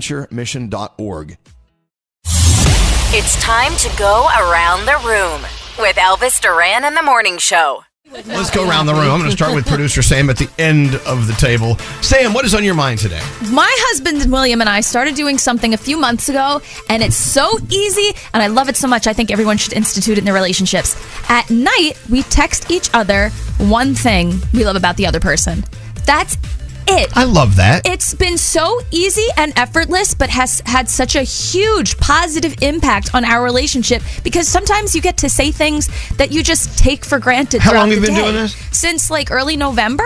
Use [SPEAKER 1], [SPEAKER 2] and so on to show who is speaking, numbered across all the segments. [SPEAKER 1] stbonaventuremission.org.
[SPEAKER 2] It's time to go around the room with Elvis Duran and the Morning Show.
[SPEAKER 1] Let's go around the room. I'm going to start with producer Sam at the end of the table. Sam, what is on your mind today?
[SPEAKER 3] My husband William and I started doing something a few months ago, and it's so easy, and I love it so much. I think everyone should institute it in their relationships. At night, we text each other one thing we love about the other person. That's it.
[SPEAKER 1] I love that.
[SPEAKER 3] It's been so easy and effortless, but has had such a huge positive impact on our relationship because sometimes you get to say things that you just take for granted.
[SPEAKER 1] How
[SPEAKER 3] throughout
[SPEAKER 1] long have
[SPEAKER 3] the
[SPEAKER 1] you been
[SPEAKER 3] day.
[SPEAKER 1] doing this?
[SPEAKER 3] Since like early November.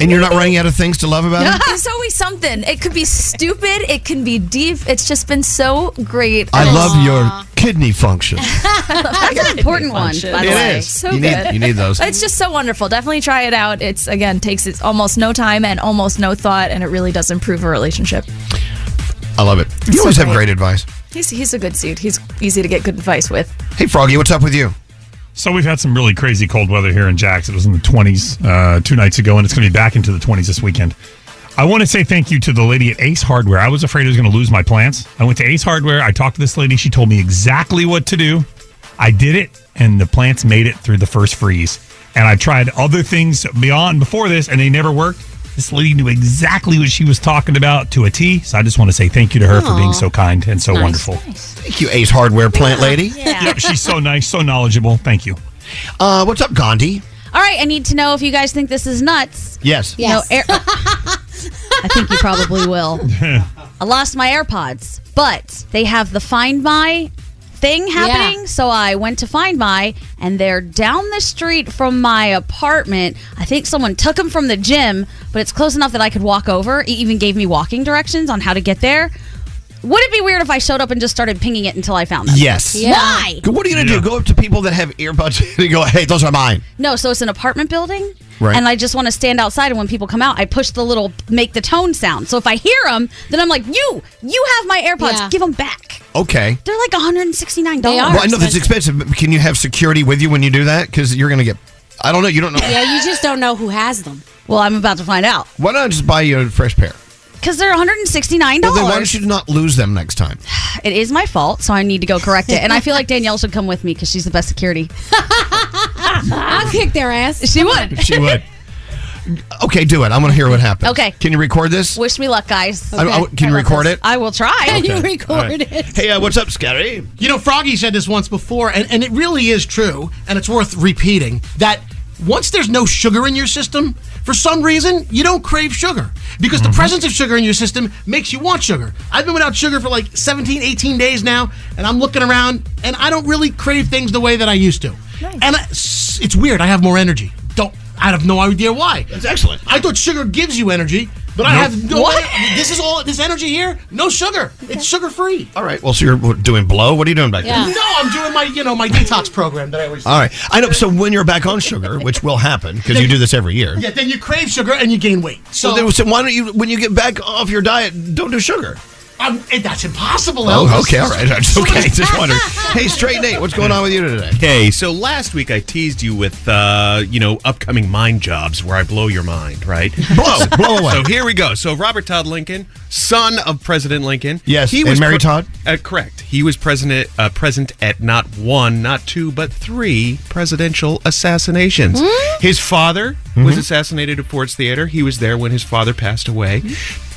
[SPEAKER 1] and you're not running out of things to love about it?
[SPEAKER 3] it's always something. It could be stupid. It can be deep. It's just been so great.
[SPEAKER 1] I love your kidney function.
[SPEAKER 4] That's an important one, by the way.
[SPEAKER 1] It is.
[SPEAKER 3] So
[SPEAKER 1] you need
[SPEAKER 3] good.
[SPEAKER 1] you need those.
[SPEAKER 3] It's just so wonderful. Definitely try it out. It's again takes it's almost no time and almost no thought, and it really does improve a relationship.
[SPEAKER 1] I love it. You always have great advice.
[SPEAKER 3] He's he's a good dude. He's easy to get good advice with.
[SPEAKER 1] Hey Froggy, what's up with you?
[SPEAKER 5] So we've had some really crazy cold weather here in Jax. It was in the 20s uh, two nights ago, and it's going to be back into the 20s this weekend. I want to say thank you to the lady at Ace Hardware. I was afraid I was going to lose my plants. I went to Ace Hardware. I talked to this lady. She told me exactly what to do. I did it, and the plants made it through the first freeze. And I tried other things beyond before this, and they never worked. This lady knew exactly what she was talking about to a T. So I just want to say thank you to her for being so kind and so wonderful.
[SPEAKER 1] Thank you, Ace Hardware Plant Lady.
[SPEAKER 5] Yeah, she's so nice, so knowledgeable. Thank you.
[SPEAKER 1] Uh, what's up, Gandhi?
[SPEAKER 4] All right, I need to know if you guys think this is nuts.
[SPEAKER 1] Yes.
[SPEAKER 4] You know, air- I think you probably will. I lost my AirPods, but they have the Find My thing happening. So I went to Find My, and they're down the street from my apartment. I think someone took them from the gym, but it's close enough that I could walk over. It even gave me walking directions on how to get there. Would it be weird if I showed up and just started pinging it until I found them?
[SPEAKER 1] Yes.
[SPEAKER 4] Why?
[SPEAKER 1] What are you gonna do?
[SPEAKER 5] Yeah.
[SPEAKER 1] Go up to people that have earbuds and go, "Hey, those are mine."
[SPEAKER 4] No, so it's an apartment building.
[SPEAKER 1] Right.
[SPEAKER 4] And I just want to stand outside, and when people come out, I push the little make the tone sound. So if I hear them, then I'm like, you, you have my AirPods.
[SPEAKER 6] Yeah.
[SPEAKER 4] Give them back.
[SPEAKER 1] Okay.
[SPEAKER 4] They're like $169.
[SPEAKER 6] They are.
[SPEAKER 1] Well, I know that's expensive, but can you have security with you when you do that? Because you're gonna get. I don't know. You don't know.
[SPEAKER 6] Yeah, you just don't know who has them.
[SPEAKER 4] Well, I'm about to find out
[SPEAKER 1] Why not just buy you a fresh pair?
[SPEAKER 4] because they're $169.
[SPEAKER 1] Well, then why don't you not lose them next time?
[SPEAKER 4] it is my fault, so I need to go correct it. And I feel like Danielle should come with me because she's the best security.
[SPEAKER 6] I'll kick their ass.
[SPEAKER 4] She would.
[SPEAKER 5] She would.
[SPEAKER 1] Okay, do it. I'm going to hear what happens.
[SPEAKER 4] Okay.
[SPEAKER 1] Can you record this?
[SPEAKER 4] Wish me luck, guys.
[SPEAKER 1] I- I- can you record it?
[SPEAKER 4] I will try.
[SPEAKER 6] You
[SPEAKER 1] Okay.
[SPEAKER 6] record it.
[SPEAKER 1] Hey, uh, what's up, Scary?
[SPEAKER 7] You know, Froggy said this once before, and, and it really is true, and it's worth repeating that once there's no sugar in your system, for some reason, you don't crave sugar because the presence of sugar in your system makes you want sugar. I've been without sugar for like 17, 18 days now, and I'm looking around, and I don't really crave things the way that I used to. And I, s- it's weird, I have more energy. Don't. I have no idea why. That's
[SPEAKER 1] excellent.
[SPEAKER 7] I thought sugar gives you energy, but I have no. This is all. This energy here, no sugar. It's sugar free.
[SPEAKER 1] All right. Well, so you're doing blow. What are you doing back there?
[SPEAKER 7] No, I'm doing my you know my detox program that I always. do.
[SPEAKER 1] All right. I know. So when you're back on sugar, which will happen because you do this every year.
[SPEAKER 7] Yeah, then you crave sugar and you gain weight. So,
[SPEAKER 1] So, then, so why don't you, when you get back off your diet, don't do sugar?
[SPEAKER 7] I'm, eh, that's impossible.
[SPEAKER 1] Oh,
[SPEAKER 7] Elvis.
[SPEAKER 1] okay, all right. Okay, just wondered. Hey, Straight Nate, what's going on with you today?
[SPEAKER 8] Okay, so last week I teased you with, uh, you know, upcoming mind jobs where I blow your mind, right?
[SPEAKER 1] Blow, blow away.
[SPEAKER 8] So here we go. So Robert Todd Lincoln, son of President Lincoln.
[SPEAKER 1] Yes, and Mary Todd?
[SPEAKER 8] Uh, correct. He was president uh, present at not one, not two, but three presidential assassinations.
[SPEAKER 1] Hmm?
[SPEAKER 8] His father
[SPEAKER 1] Mm-hmm.
[SPEAKER 8] was assassinated at Ford's Theater. He was there when his father passed away.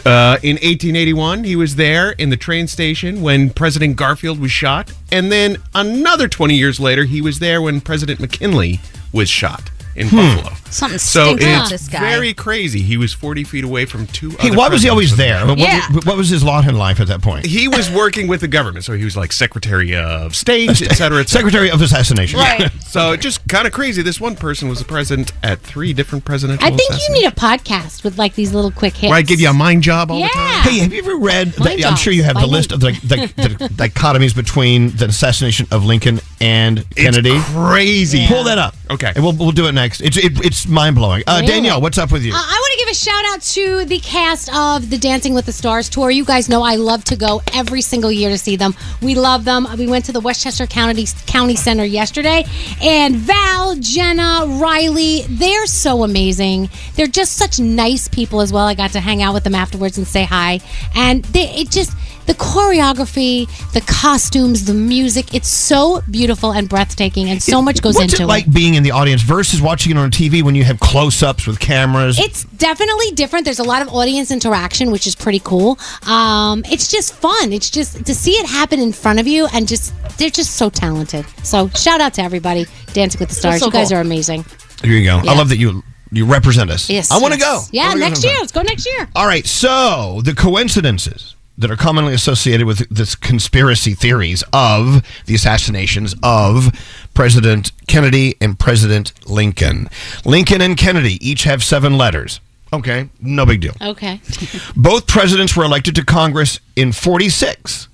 [SPEAKER 8] Uh, in 1881, he was there in the train station when President Garfield was shot. And then another 20 years later, he was there when President McKinley was shot in
[SPEAKER 1] Hmm.
[SPEAKER 8] Buffalo.
[SPEAKER 4] Something
[SPEAKER 8] So
[SPEAKER 4] stinks about
[SPEAKER 8] it's
[SPEAKER 4] this guy.
[SPEAKER 8] very crazy. He was 40 feet away from two.
[SPEAKER 1] Hey,
[SPEAKER 8] other
[SPEAKER 1] why was he
[SPEAKER 8] presidents
[SPEAKER 1] always
[SPEAKER 8] of the
[SPEAKER 1] there?
[SPEAKER 8] country.
[SPEAKER 1] What,
[SPEAKER 4] Yeah.
[SPEAKER 1] what, what was his lot in life at that point?
[SPEAKER 8] He was working with the government, so he was like Secretary of State, et cetera, et cetera.
[SPEAKER 1] Secretary of Assassination.
[SPEAKER 4] Right.
[SPEAKER 8] So just kind of crazy. This one person was the president at three different presidential.
[SPEAKER 6] I think you
[SPEAKER 8] assassinations.
[SPEAKER 6] need a podcast with like these little quick hits.
[SPEAKER 8] Where I give you a mind job all
[SPEAKER 6] yeah.
[SPEAKER 8] the time.
[SPEAKER 1] Hey, have you ever read?
[SPEAKER 6] Mind
[SPEAKER 1] The, I'm sure you have the
[SPEAKER 6] jobs.
[SPEAKER 1] list of the, the, the dichotomies between the assassination of Lincoln and Kennedy.
[SPEAKER 8] It's crazy.
[SPEAKER 1] Pull that up.
[SPEAKER 8] Okay.
[SPEAKER 1] And we'll, we'll do it next. It's it, it's mind blowing. Uh,
[SPEAKER 6] Really?
[SPEAKER 1] Danielle, what's up with you?
[SPEAKER 6] Uh, I want to give a shout out to the cast of the Dancing with the Stars tour. You guys know I love to go every single year to see them. We love them. We went to the Westchester County County Center yesterday, and Val, Jenna, Riley, they're so amazing. They're just such nice people as well. I got to hang out with them afterwards and say hi, and they, it just the choreography, the costumes, the music, it's so beautiful and breathtaking, and so much goes
[SPEAKER 1] what's
[SPEAKER 6] into
[SPEAKER 1] it like being in the audience versus watching it on TV when you have close ups with cameras?
[SPEAKER 6] It's definitely different. There's a lot of audience interaction, which is pretty cool. Um, it's just fun. It's just to see it happen in front of you, and just they're just so talented. So shout out to everybody, Dancing with the Stars.
[SPEAKER 4] so
[SPEAKER 6] you guys
[SPEAKER 4] cool.
[SPEAKER 6] are amazing.
[SPEAKER 1] Here you go.
[SPEAKER 6] Yeah.
[SPEAKER 1] I love that you you represent us.
[SPEAKER 6] Yes,
[SPEAKER 1] I want to
[SPEAKER 6] yes.
[SPEAKER 1] go. I
[SPEAKER 6] Yeah,
[SPEAKER 1] wanna go
[SPEAKER 6] next
[SPEAKER 1] sometime.
[SPEAKER 6] year. Let's go next year.
[SPEAKER 1] All right. So the coincidences that are commonly associated with this conspiracy theories of the assassinations of President Kennedy and President Lincoln. Lincoln and Kennedy each have seven letters. Okay, no big deal.
[SPEAKER 6] Okay.
[SPEAKER 1] Both presidents were elected to Congress in 46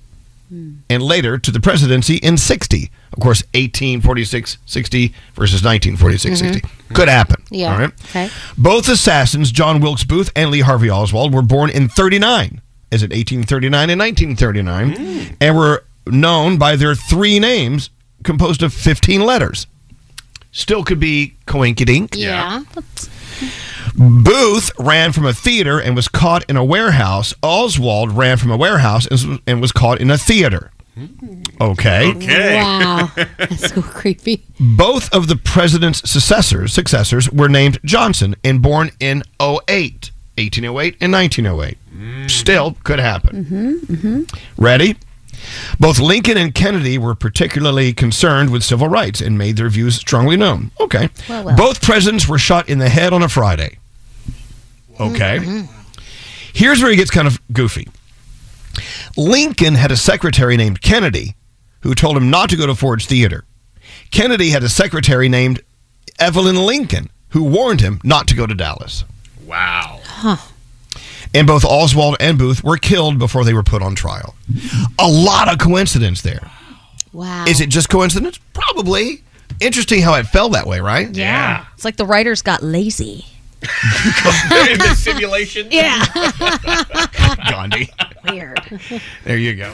[SPEAKER 6] Hmm.
[SPEAKER 1] and later to the presidency in 60. Of course, 1846 60 versus 1946 60. Could happen.
[SPEAKER 6] Mm-hmm. Yeah,
[SPEAKER 1] All right.
[SPEAKER 6] okay.
[SPEAKER 1] Both assassins, John Wilkes Booth and Lee Harvey Oswald, were born in 39, as in 1839 and 1939, and were known by their three names composed of 15 letters. Still could be coinkydink.
[SPEAKER 6] Yeah.
[SPEAKER 1] Booth ran from a theater and was caught in a warehouse. Oswald ran from a warehouse and and was caught in a theater. Okay.
[SPEAKER 6] Wow. That's so creepy.
[SPEAKER 1] Both of the president's successors, successors were named Johnson and born in 08, 1808 and 1908. Still could happen. Ready? Both Lincoln and Kennedy were particularly concerned with civil rights and made their views strongly known. Okay. Both presidents were shot in the head on a Friday. Okay. Here's where it gets kind of goofy. Lincoln had a secretary named Kennedy who told him not to go to Ford's Theater. Kennedy had a secretary named Evelyn Lincoln who warned him not to go to Dallas.
[SPEAKER 8] Wow.
[SPEAKER 1] And both Oswald and Booth were killed before they were put on trial. A lot of coincidence there.
[SPEAKER 6] Wow.
[SPEAKER 1] Is it just coincidence? Probably. Interesting how it fell that way, right?
[SPEAKER 8] Yeah.
[SPEAKER 4] It's like the writers got lazy.
[SPEAKER 8] the simulation.
[SPEAKER 1] Gandhi.
[SPEAKER 4] Weird.
[SPEAKER 1] There you go.